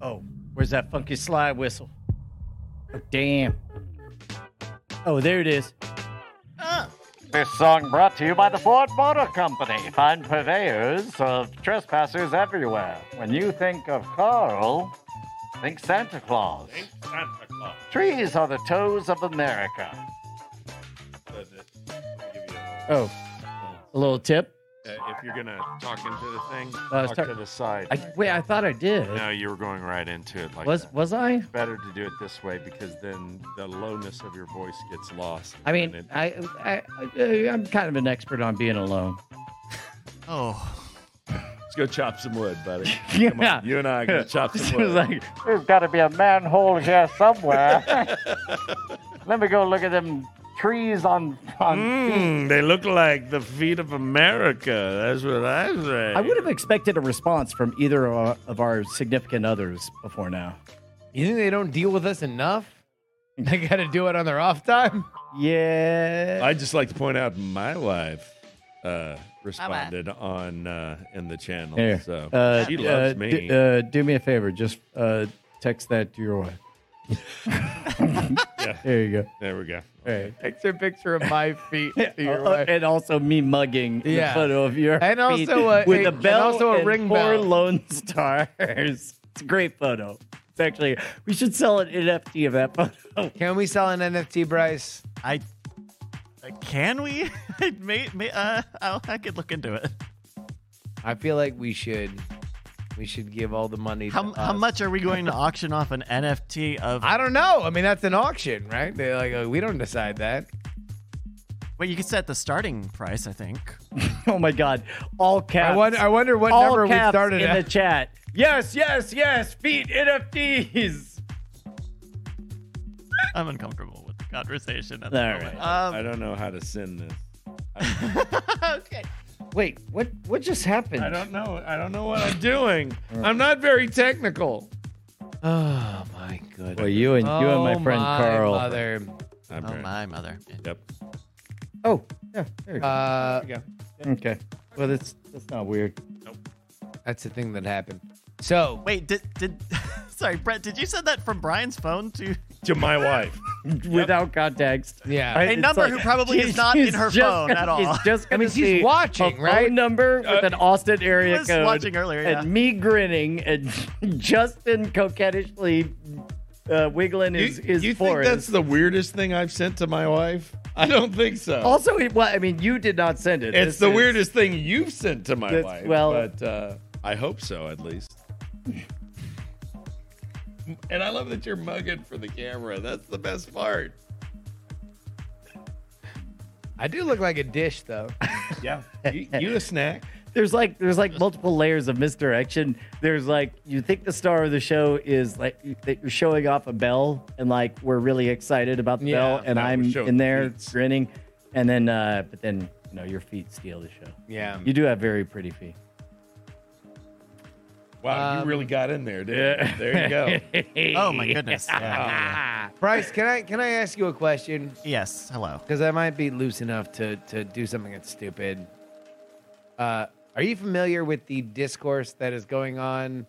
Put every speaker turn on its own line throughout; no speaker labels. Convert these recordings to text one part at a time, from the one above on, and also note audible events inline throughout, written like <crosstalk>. Oh, where's that funky slide whistle? Oh, damn. Oh, there it is.
This song brought to you by the Ford Motor Company. Find purveyors of trespassers everywhere. When you think of Carl, think Santa Claus.
Thank Santa Claus.
Trees are the toes of America.
That's it. I'll give you a-
Oh, a little tip.
Uh, if you're gonna talk into the thing,
Uh, I was
Tuck
tar-
to the side.
I, wait, I thought I did.
no, you were going right into it. Like
was
that.
was I?
better to do it this way because then the lowness of your voice gets lost.
I
And
mean,
it-
I, I, I I'm kind of an expert on being alone.
Oh,
Let's go chop some wood,
<laughs>
buddy.
Yeah.
Come on, you and I
<laughs>
are gonna chop
It
some
was
wood.
like,
There's got to be a manhole here
<laughs>
somewhere. Let me go look at them trees on. on
Hmm,
Mm, they look like the feet of America. That's what I say.
I would have expected a response from either of our, of our significant others before now.
you think they don't deal with us enough? <laughs> They got to do it on their off time.
Yeah.
I'd just like to point out my wife uh, responded on uh, in the channel.
Here.
So
Uh,
she
d-
loves
uh,
me.
d- uh, do me a favor. Just uh, text that to your
<laughs>
wife. There you go.
there we go.
All right.
Takes a picture of my
<laughs>
feet to your
Uh, uh,
wife.
and also me mugging
Yeah.
the photo of your
And
feet
also a-
with a
and
bell
also a
and
ring
four
bell.
Lone <laughs> Stars. It's a great photo. It's actually we should sell an NFT of that photo. <laughs>
Can we sell an NFT, Bryce?
I uh, can we? <laughs> may, may, uh, I'll, I could look into it.
I feel like we should. We should give all the money. to
How, how
us.
much are we going to auction off an NFT of?
I don't know. I mean, that's an auction, right? They're like, oh, we don't decide that.
Well, you could set the starting price, I think.
Oh my god! All caps.
I wonder. I wonder what
all
number we
caps
started
in
at.
the chat. Yes, yes, yes. Feet NFTs.
I'm uncomfortable with the conversation. At the
All
moment.
right.
Um,
I don't know how to send this.
okay.
Wait, what? What just happened?
I don't know. I don't know what I'm doing. I'm not very
<sighs>
technical.
oh my goodness.
Well, you and you and my
Oh,
friend
my
Carl.
Mother.
I'm
Oh
very-
my mother.
Yep.
Oh, yeah. There you go.
Uh,
okay. Well, that's that's not weird.
that's the thing that happened. So
Wait, did did? <laughs> Sorry, Brett. Did you send that from Brian's phone to
To my wife.
Without context.
Yeah.
I-
A
it's
number who probably
<laughs>
is
she's-
not in
she's
her
just
phone
gonna-
at all.
she's just
I mean,
gonna
she's
see
watching,
a
right? Uh,
Phone number with an Austin area
was
code.
watching earlier, yeah.
And me grinning and <laughs> Justin coquettishly uh, wiggling his his
<laughs> you think
forest.
that's the weirdest thing I've sent to my wife? I don't think so.
also, it- well, I mean, you did not send it.
it's
This
the
is-
weirdest thing you've sent to my
That's-
wife.
well-
but uh, I hope so, at least. and I love that you're mugging for the camera. That's the best part.
I do look like a dish, though.
Yeah. You, you a snack?
There's like there's like multiple layers of misdirection. There's like you think the star of the show is like that you're showing off a bell and like we're really excited about the
Yeah,
bell and
no, we're
I'm
showing
in there
feet.
grinning, and then uh but then you know your feet steal the show.
Yeah.
You do have very pretty feet.
Wow,
Um,
you really got in there, dude. There you <laughs> go.
<laughs> Oh my
<laughs>
goodness.
<laughs>
<laughs>
Bryce, can I can I ask you a question?
Yes. Hello.
Because I might be loose enough to to do something that's stupid. Uh, are you familiar with the discourse that is going on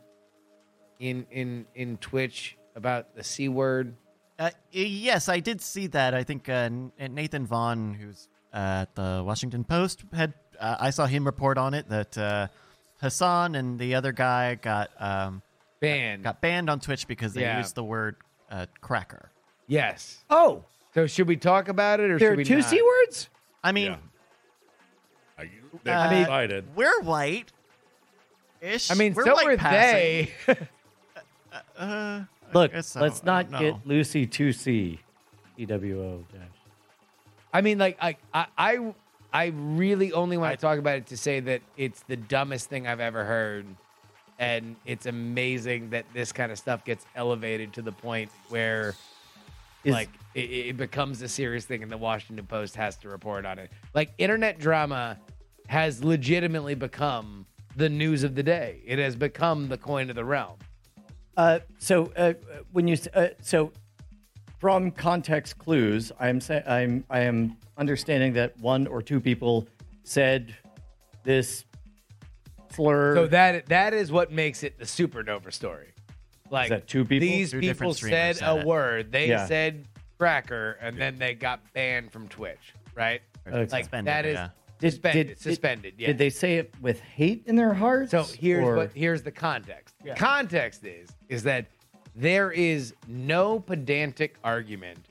in in in Twitch about the c word?
Uh, yes, I did see that. I think uh, N- Nathan Vaughn, who's uh, at the Washington Post, had uh, I saw him report on it that uh, Hassan and the other guy got um,
Ban.
got banned on Twitch because they
Yeah.
used the word uh, cracker.
Yes.
Oh,
So should we talk about it or
there
should
are
we
two
not?
c words.
I mean,
Yeah. I, they're
I mean-
excited.
we're white. Ish.
I mean,
we're
so
white
were
passing.
they.
Uh, I
Look,
guess so.
let's
I
not
don't know.
get Lucy two c, E W O dash.
I mean, like, I, I, I, I really only want to talk about it to say that it's the dumbest thing I've ever heard, and it's amazing that this kind of stuff gets elevated to the point where,
Is-
like, it, it becomes a serious thing, and the Washington Post has to report on it. Like, internet drama has legitimately become the news of the day. It has become the coin of the realm.
Uh, so uh, when you s- uh, so from context clues, I'm saying I'm I am understanding that one or two people said this slur.
So that that is what makes it the supernova story. Like
that two people?
These
Two different
people
streamers
said
said
a
it.
word. They
Yeah.
said cracker, and then they got banned from Twitch. Right?
Okay.
Like
Suspended,
that is
yeah.
Did-
suspended.
did-
suspended. Yeah.
Did they say it with hate in their hearts?
So here's
or-
what here's the context. Context is is that there is no pedantic argument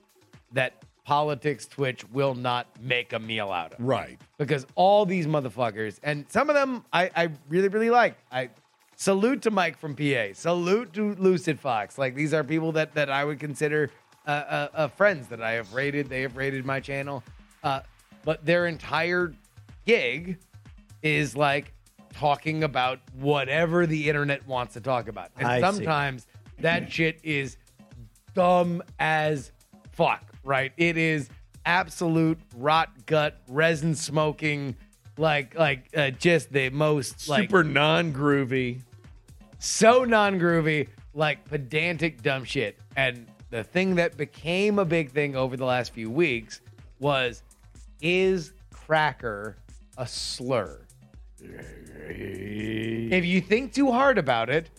that politics Twitch will not make a meal out of
Right.
because all these motherfuckers and some of them I, I really really like i salute to mike from pa salute to lucid fox like these are people that that i would consider uh, uh, uh friends that i have rated they have rated my channel uh but their entire gig is like talking about whatever the internet wants to talk about and
I see.
sometimes that shit is dumb as fuck, right? It is absolute rot gut resin smoking, like like uh, just the most like
Super non groovy.
so non groovy, like pedantic dumb shit. And the thing that became a big thing over the last few weeks was is cracker a slur? If you think too hard about it,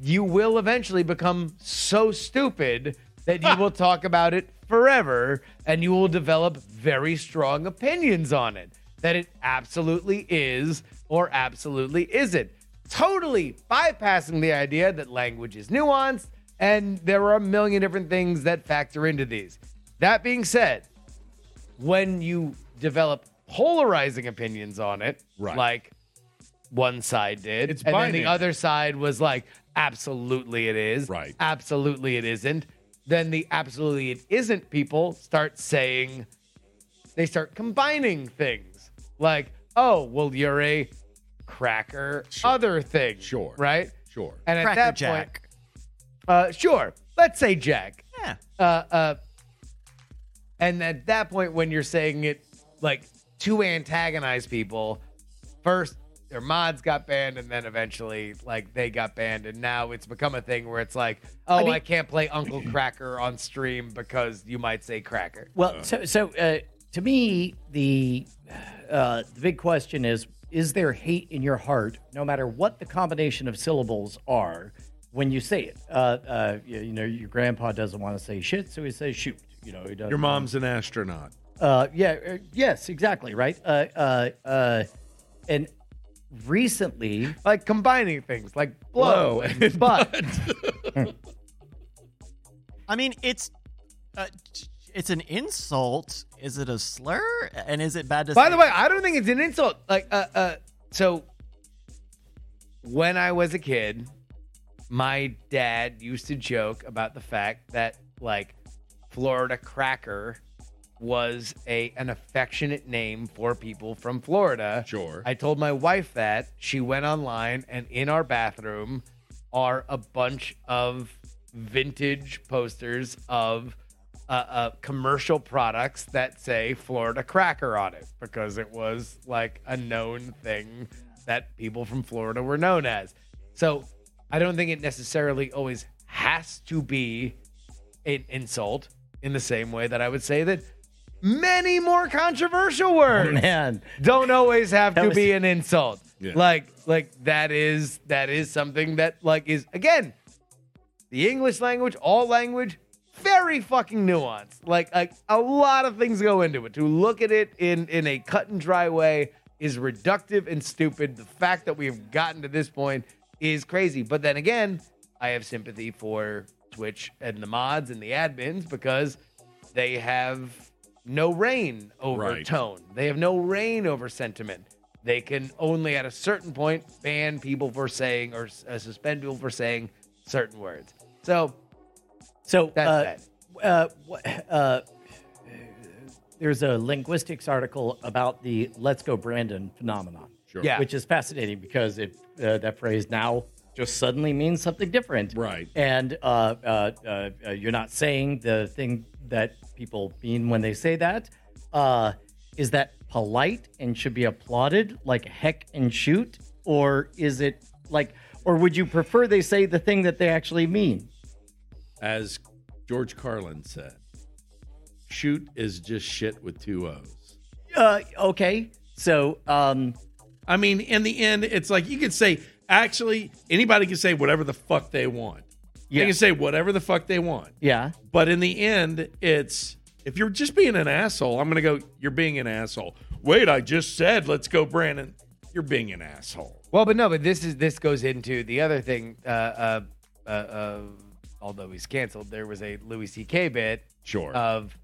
you will eventually become so stupid that you will talk about it forever and you will develop very strong opinions on it that it absolutely is or absolutely isn't. Totally bypassing the idea that language is nuanced and there are a million different things that factor into these. That being said, when you develop polarizing opinions on it,
Right.
like one side did,
It's
and then
binary.
the other side was like, absolutely it is,
Right.
Absolutely it isn't. Then the absolutely it isn't people start saying, they start combining things like, oh, well, you're a cracker, other thing,
Sure.
right?
Sure.
And at
Cracker
that
Jack.
point, uh, sure, let's say Jack,
Yeah.
uh, uh, and at that point, when you're saying it like to antagonize people, first their mods got banned, and then eventually like they got banned, and now it's become a thing where it's like, oh, I,
mean-
can't play Uncle Cracker on stream because you might say Cracker.
Well, so so uh, to me, the uh, the big question is: Is there hate in your heart, no matter what the combination of syllables are, when you say it? Uh, uh, you, you know, your grandpa doesn't want to say shit, so he says shoot. You know, he doesn't.
Your mom's an astronaut.
Uh, yeah. uh, Yes. Exactly. Right. Uh, uh, uh, and recently, <laughs>
Like combining things, like blow,
Blow
and
and
butt.
I mean, it's uh, it's an insult. Is it a slur? And is it bad to
By
say-
the way, I don't think it's an insult. Like, uh, uh, so when I was a kid, my dad used to joke about the fact that like Florida cracker was a an affectionate name for people from Florida.
Sure.
I told my wife that. She went online and in our bathroom are a bunch of vintage posters of uh, uh, commercial products that say Florida Cracker on it because it was like a known thing that people from Florida were known as. So I don't think it necessarily always has to be an insult in the same way that I would say that many more controversial words
man,
don't always have to
was-
be an insult.
Yeah.
Like like that is that is something that like is again the English language, all language, very fucking nuanced. Like like a lot of things go into it. To look at it in in a cut and dry way is reductive and stupid. The fact that we've gotten to this point is crazy. But then again, I have sympathy for Twitch and the mods and the admins because they have no reign over
Right.
tone. They have no reign over sentiment. They can only at a certain point ban people for saying or uh, suspend people for saying certain words. So
So
That's
uh, uh, wh- uh, there's a linguistics article about the "Let's Go Brandon" phenomenon,
Sure.
Yeah.
which is fascinating because it uh, that phrase now just suddenly means something different,
Right.
And uh, uh, uh, uh, you're not saying the thing that people mean when they say that. Uh, is that polite and should be applauded, like heck and shoot, or is it like, or would you prefer they say the thing that they actually mean?
As George Carlin said, shoot is just shit with two O's.
Uh, okay. So, um,
I mean, in the end, it's like you could say, actually, anybody can say whatever the fuck they want. They
Yeah.
can say whatever the fuck they want.
Yeah.
But in the end, it's if you're just being an asshole, I'm going to go, you're being an asshole. Wait, I just said, let's go, Brandon. You're being an asshole.
Well, but no, but this is this goes into the other thing. Uh, uh, uh, uh, although he's canceled, there was a Louis C.K. bit
Sure.
of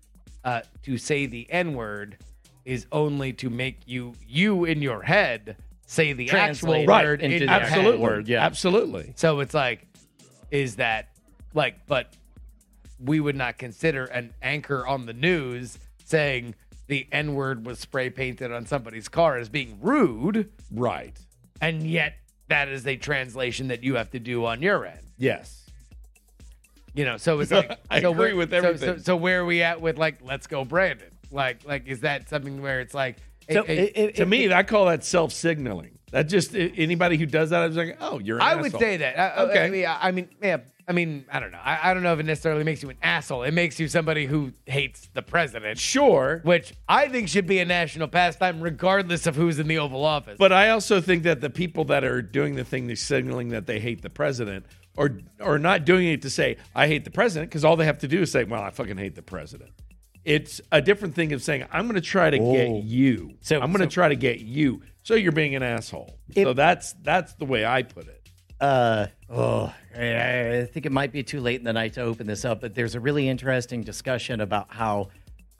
uh, to say the N word is only to make you you in your head say the
Translate
actual
Right,
word
into
in
the
your
actual
head.
Absolutely.
word, yeah.
Absolutely.
So it's like, is that like, but we would not consider an anchor on the news saying the N word was spray painted on somebody's car as being rude,
Right.
and yet that is a translation that you have to do on your end.
Yes.
You know, so it's like
<laughs> I
so
agree
where-
with
so- So,
everything.
so, where are we at with like, let's go, Brandon? Like, like is that something where it's like, hey,
So
hey,
it- it- to me, I call that self signaling. That just i- anybody who does that, I was like, oh, you're. An
I would
asshole.
say that. I, okay.
Okay.
I mean, I, I mean, yeah. I mean, I don't know. I, I don't know if it necessarily makes you an asshole. It makes you somebody who hates the president,
Sure,
which I think should be a national pastime, regardless of who's in the Oval Office.
but I also think that the people that are doing the thing, they're signaling that they hate the president, or or not doing it to say I hate the president, because all they have to do is say, well, I fucking hate the president. It's a different thing of saying I'm going to try to
Oh.
get you.
So-
I'm going to
so-
try to get you. So you're being an asshole. so that's that's the way I put it.
uh, oh, I I think it might be too late in the night to open this up, but there's a really interesting discussion about how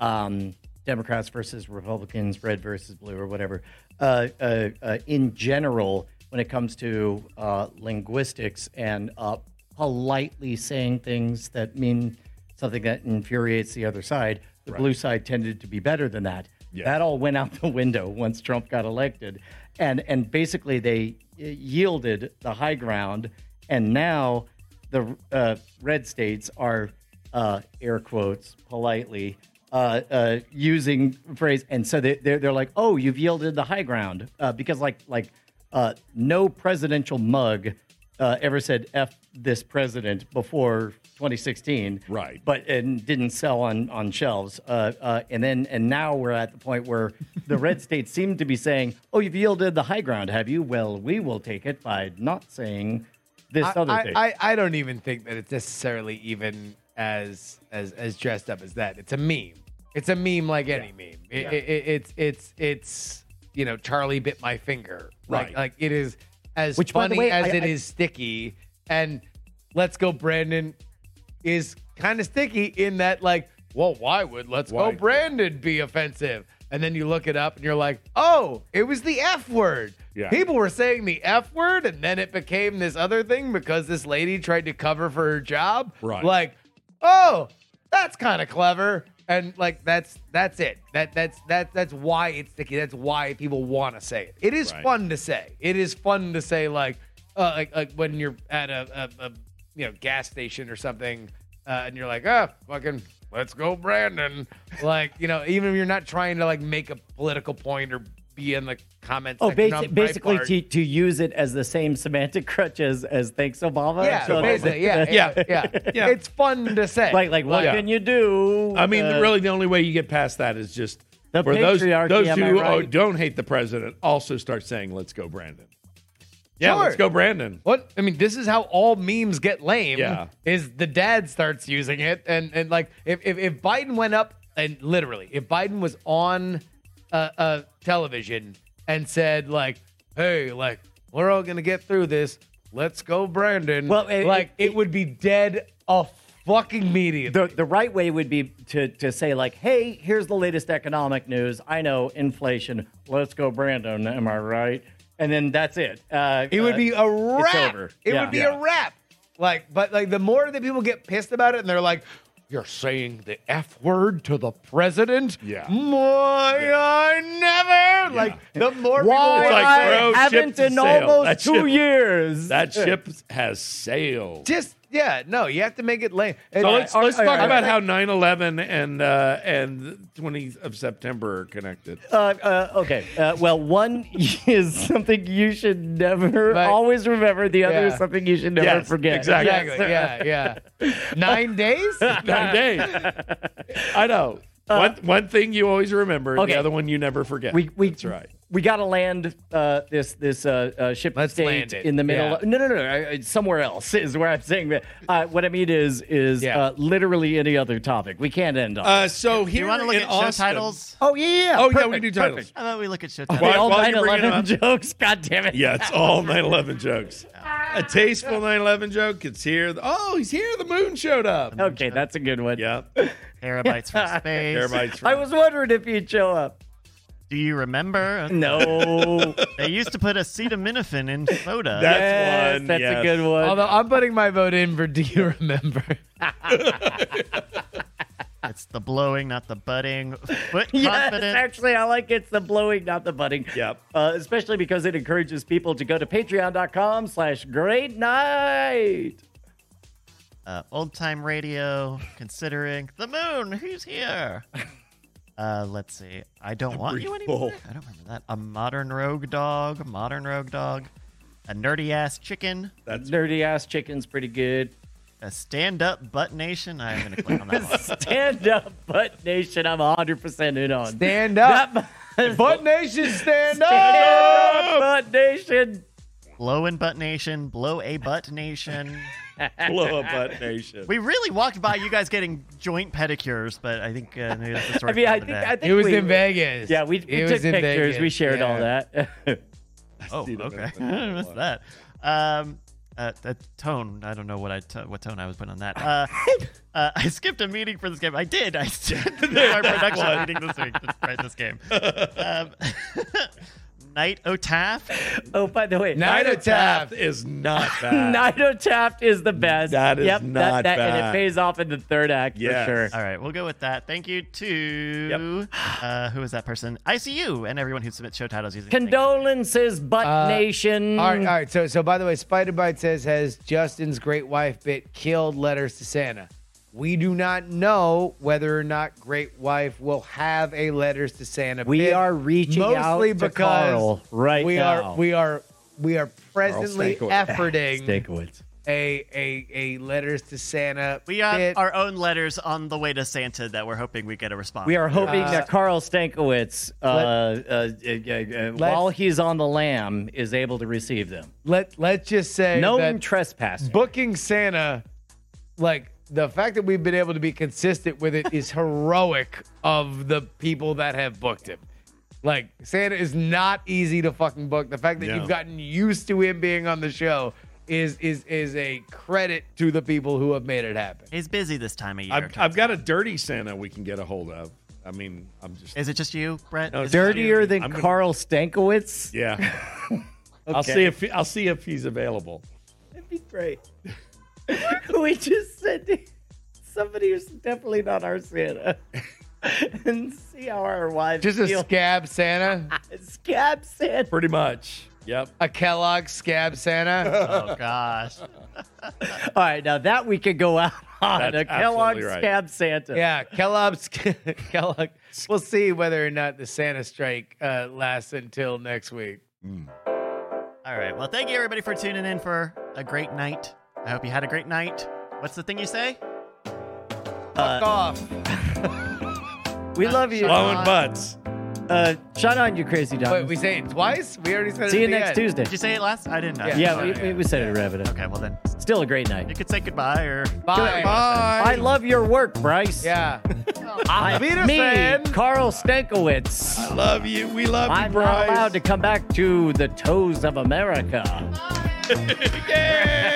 um, Democrats versus Republicans, red versus blue, or whatever, uh, uh, uh, in general, when it comes to uh, linguistics and uh, politely saying things that mean something that infuriates the other side, the blue side tended to be better than that. That all went out the window once Trump got elected, and and basically they eh, yielded the high ground, and now the uh, red states are uh, air quotes politely uh, uh, using phrase, and so they they're, they're like, oh, you've yielded the high ground uh, because like like uh, no presidential mug uh, ever said f this president before 2016,
Right.
But but and didn't sell on on shelves. Uh, uh, and then and now we're at the point where the red states seem to be saying, "Oh, you've yielded the high ground, have you? Well, we will take it by not saying this
I,
other thing."
I, I, I don't even think that it's necessarily even as as as dressed up as that. It's a meme. It's a meme like any meme. It, it, it, it's it's it's you know Charlie bit my finger. Like
Right.
like it is as
Which, by the
funny
way,
as
I-
it is
I-
sticky. And let's go, Brandon is kind of sticky in that like, well, why would let's
Why?
go, Brandon be offensive? And then you look it up and you're like, oh, it was the F word.
Yeah.
People were saying the F word, and then it became this other thing because this lady tried to cover for her job.
Right.
Like, oh, that's kind of clever. And like that's that's it. That that's that that's why it's sticky. That's why people want to say it. It is
Right.
fun to say. It is fun to say like uh, like like when you're at a, a, a you know gas station or something, uh, and you're like, ah, fucking, let's go, Brandon. Like you know, even if you're not trying to like make a political point or be in the comments.
Oh,
section
basi-
on
basically
Breitbart.
to, to use it as the same semantic crutch as, as thanks Obama.
Yeah,
So, <laughs>
basically, yeah, yeah, yeah,
Yeah.
It's fun to say.
Like like what
Yeah.
can you do?
I mean,
Uh,
really, the only way you get past that is just
The
for those
patriarchy,
those
am I
who
right?
oh, don't hate the president also start saying, "Let's go, Brandon." Yeah,
Sure.
let's go, Brandon.
What I mean, this is how all memes get lame.
Yeah.
is the dad starts using it, and and like if if, if Biden went up and literally, if Biden was on uh, uh television and said like, "Hey, like we're all gonna get through this. Let's go, Brandon."
Well, it-
like
it-
it, would be dead off fucking media.
the, the right way would be to, to say like, hey, here's the latest economic news. I know inflation. Let's go, Brandon. Am I right? And then that's it. Uh,
It would be a wrap.
over.
It
Yeah.
would be
Yeah.
a wrap. Like, but like the more that people get pissed about it, and they're like, "You're saying the f word to the president?
Yeah.
my I never." Like the more
why
people
It's like,
I
bro, ship
haven't
to
in
sail.
almost
That
two
ship-
years.
That ship has sailed.
just yeah, no, you have to make it lame. And-
So let's, let's
all
talk
right,
about how 9/11 and uh, and 20th of September are
<laughs>
connected.
uh, uh, okay. Uh, well, one <laughs> is something you should never
Right.
always remember. The other
Yeah.
is something you should never
Yes,
forget.
exactly.
<laughs> exactly. Yeah, Oh, yeah. Nine <laughs> days.
Nine days. I know. one one thing you always remember,
Uh, Okay.
the other one you never forget.
We we
That's right.
we got to land uh, this this uh, uh, ship
Let's
state
land it.
in the middle.
Yeah.
No, no, no, no. I- I- Somewhere else <laughs> is where I'm saying that. Uh, what I mean is, is
Yeah.
uh, literally any other topic. We can't end on.
Uh, so here
Do you want to look
in
at show
Austin-
titles?
oh yeah, yeah.
Oh yeah, we can do titles.
How about we look at show
They <laughs>
titles?
Why-
all
while you
9
bring it
11 <laughs> jokes. God damn it.
Yeah, it's all 9/11 jokes. A tasteful 9/11 joke. It's here. Oh, he's here. The moon showed up.
Okay, that's a good one.
Yeah.
Terabytes from space.
Everybody's.
I was wondering if you'd show up.
Do you remember?
<laughs> No.
They used to put acetaminophen in soda.
That's
Yes,
one.
That's
yes.
a good one.
Although I'm putting my vote in for <laughs> Do You Remember?
it's the blowing, not the budding. Foot
<laughs> Yes,
confidence.
actually, I like it's the blowing, not the budding.
Yep.
Uh, especially because it encourages people to go to patreon.com slash great night.
Uh, old time radio. Considering the moon. Who's here? Uh, let's see. I don't want you anymore. I don't remember that. A modern rogue dog. Modern rogue dog. A nerdy ass chicken.
That's-
Nerdy ass chicken's pretty
<laughs>
good.
A stand up butt nation. I'm gonna click on that one.
Stand up, uh, butt nation. I'm 100% in on.
Stand up. <laughs>
That-
Butt Nation, stand
Stand
up.
up, butt nation.
Blow in butt nation. Blow a butt nation.
Blow up butt nation.
We really walked by you guys getting joint pedicures, but I think uh, maybe that's the
<laughs>
story.
I mean,
for
I
another
think,
day.
I think
It was
we,
in Vegas.
Yeah, we,
It
we
was
took
in
pictures. We
Vegas,
shared all
yeah.
that. <laughs>
Oh,
See the
okay. <laughs>
movement.
I missed that. Um, uh, that tone. I don't know what I t- what tone I was putting on that. Uh, uh, <laughs> I skipped a meeting for this game. I did.
<laughs>
I skipped our production meeting this week to write this game. Um, <laughs> Knight O'Taft.
oh, by the way,
Night
Ida
attack.
Taft is not
<laughs>
bad.
Nino Taft is the best.
That is
yep,
not
that, that, And
bad.
it pays off in the third act
Yes.
for sure.
All right, we'll go with that. Thank you to uh, who is that person? ICU and everyone who submits show titles using. thank you.
Condolences, Butt
Uh,
Nation.
All right, all right. So, so by the way, Spider Bite says has Justin's great wife bit killed letters to Santa. We do not know whether or not Great Wife will have a letters to Santa.
We
bit,
are reaching out
mostly
to
because
Carl right
we
now.
Are, we are we are presently
Stankiewicz.
efforting
Stankiewicz.
a, a a letters to Santa.
We have
bit.
our own letters on the way to Santa that we're hoping we get a response.
We are hoping
Uh,
that Carl Stankiewicz, uh, uh, uh, uh, uh, while he's on the lam, is able to receive them.
let let's just say
Known
that
trespasser.
booking Santa, like the fact that we've been able to be consistent with it is heroic of the people that have booked him. Like Santa is not easy to fucking book. The fact that
No.
you've gotten used to him being on the show is is is a credit to the people who have made it happen.
He's busy this time of year.
I've, I've got a dirty Santa we can get a hold of. I mean, I'm just.
Is it just you, Brett?
No,
Is it just
Dirtier
you?
than
I'm gonna-
Carl Stankiewicz?
Yeah.
<laughs>
I'll see if he- I'll see if he's available.
That'd be great. <laughs> we just sent somebody who's definitely not our Santa <laughs> and see how our wives
Just a
feel.
scab Santa,
scab Santa.
Pretty much. Yep.
a Kellogg scab
<laughs>
Santa.
Oh gosh.
All right, now that we could go out on
That's
a Kellogg
absolutely right.
scab Santa.
yeah, Kellogg's <laughs> Kellogg. We'll see whether or not the Santa strike uh, lasts until next week.
All right. Well, thank you everybody for tuning in for a great night. I hope you had a great night. What's the thing you say?
Fuck off.
we love you.
Blowing butts.
Uh, shut on, you crazy dog.
Wait, we say it twice? We already said it.
See you
at the
next
end. Oh,
Tuesday.
Did you say it last? I didn't know.
Yeah.
yeah, we, we- we said it, Rabbit.
Okay. Well then,
Still a great night.
you could say goodbye or
Bye. Bye.
I love your work, Bryce.
Yeah.
I,
Wiedersehen.
me, Carl Stankiewicz.
Love you. We love you,
I'm
Bryce.
not
<laughs>
allowed to come back to the toes of America.
Yay!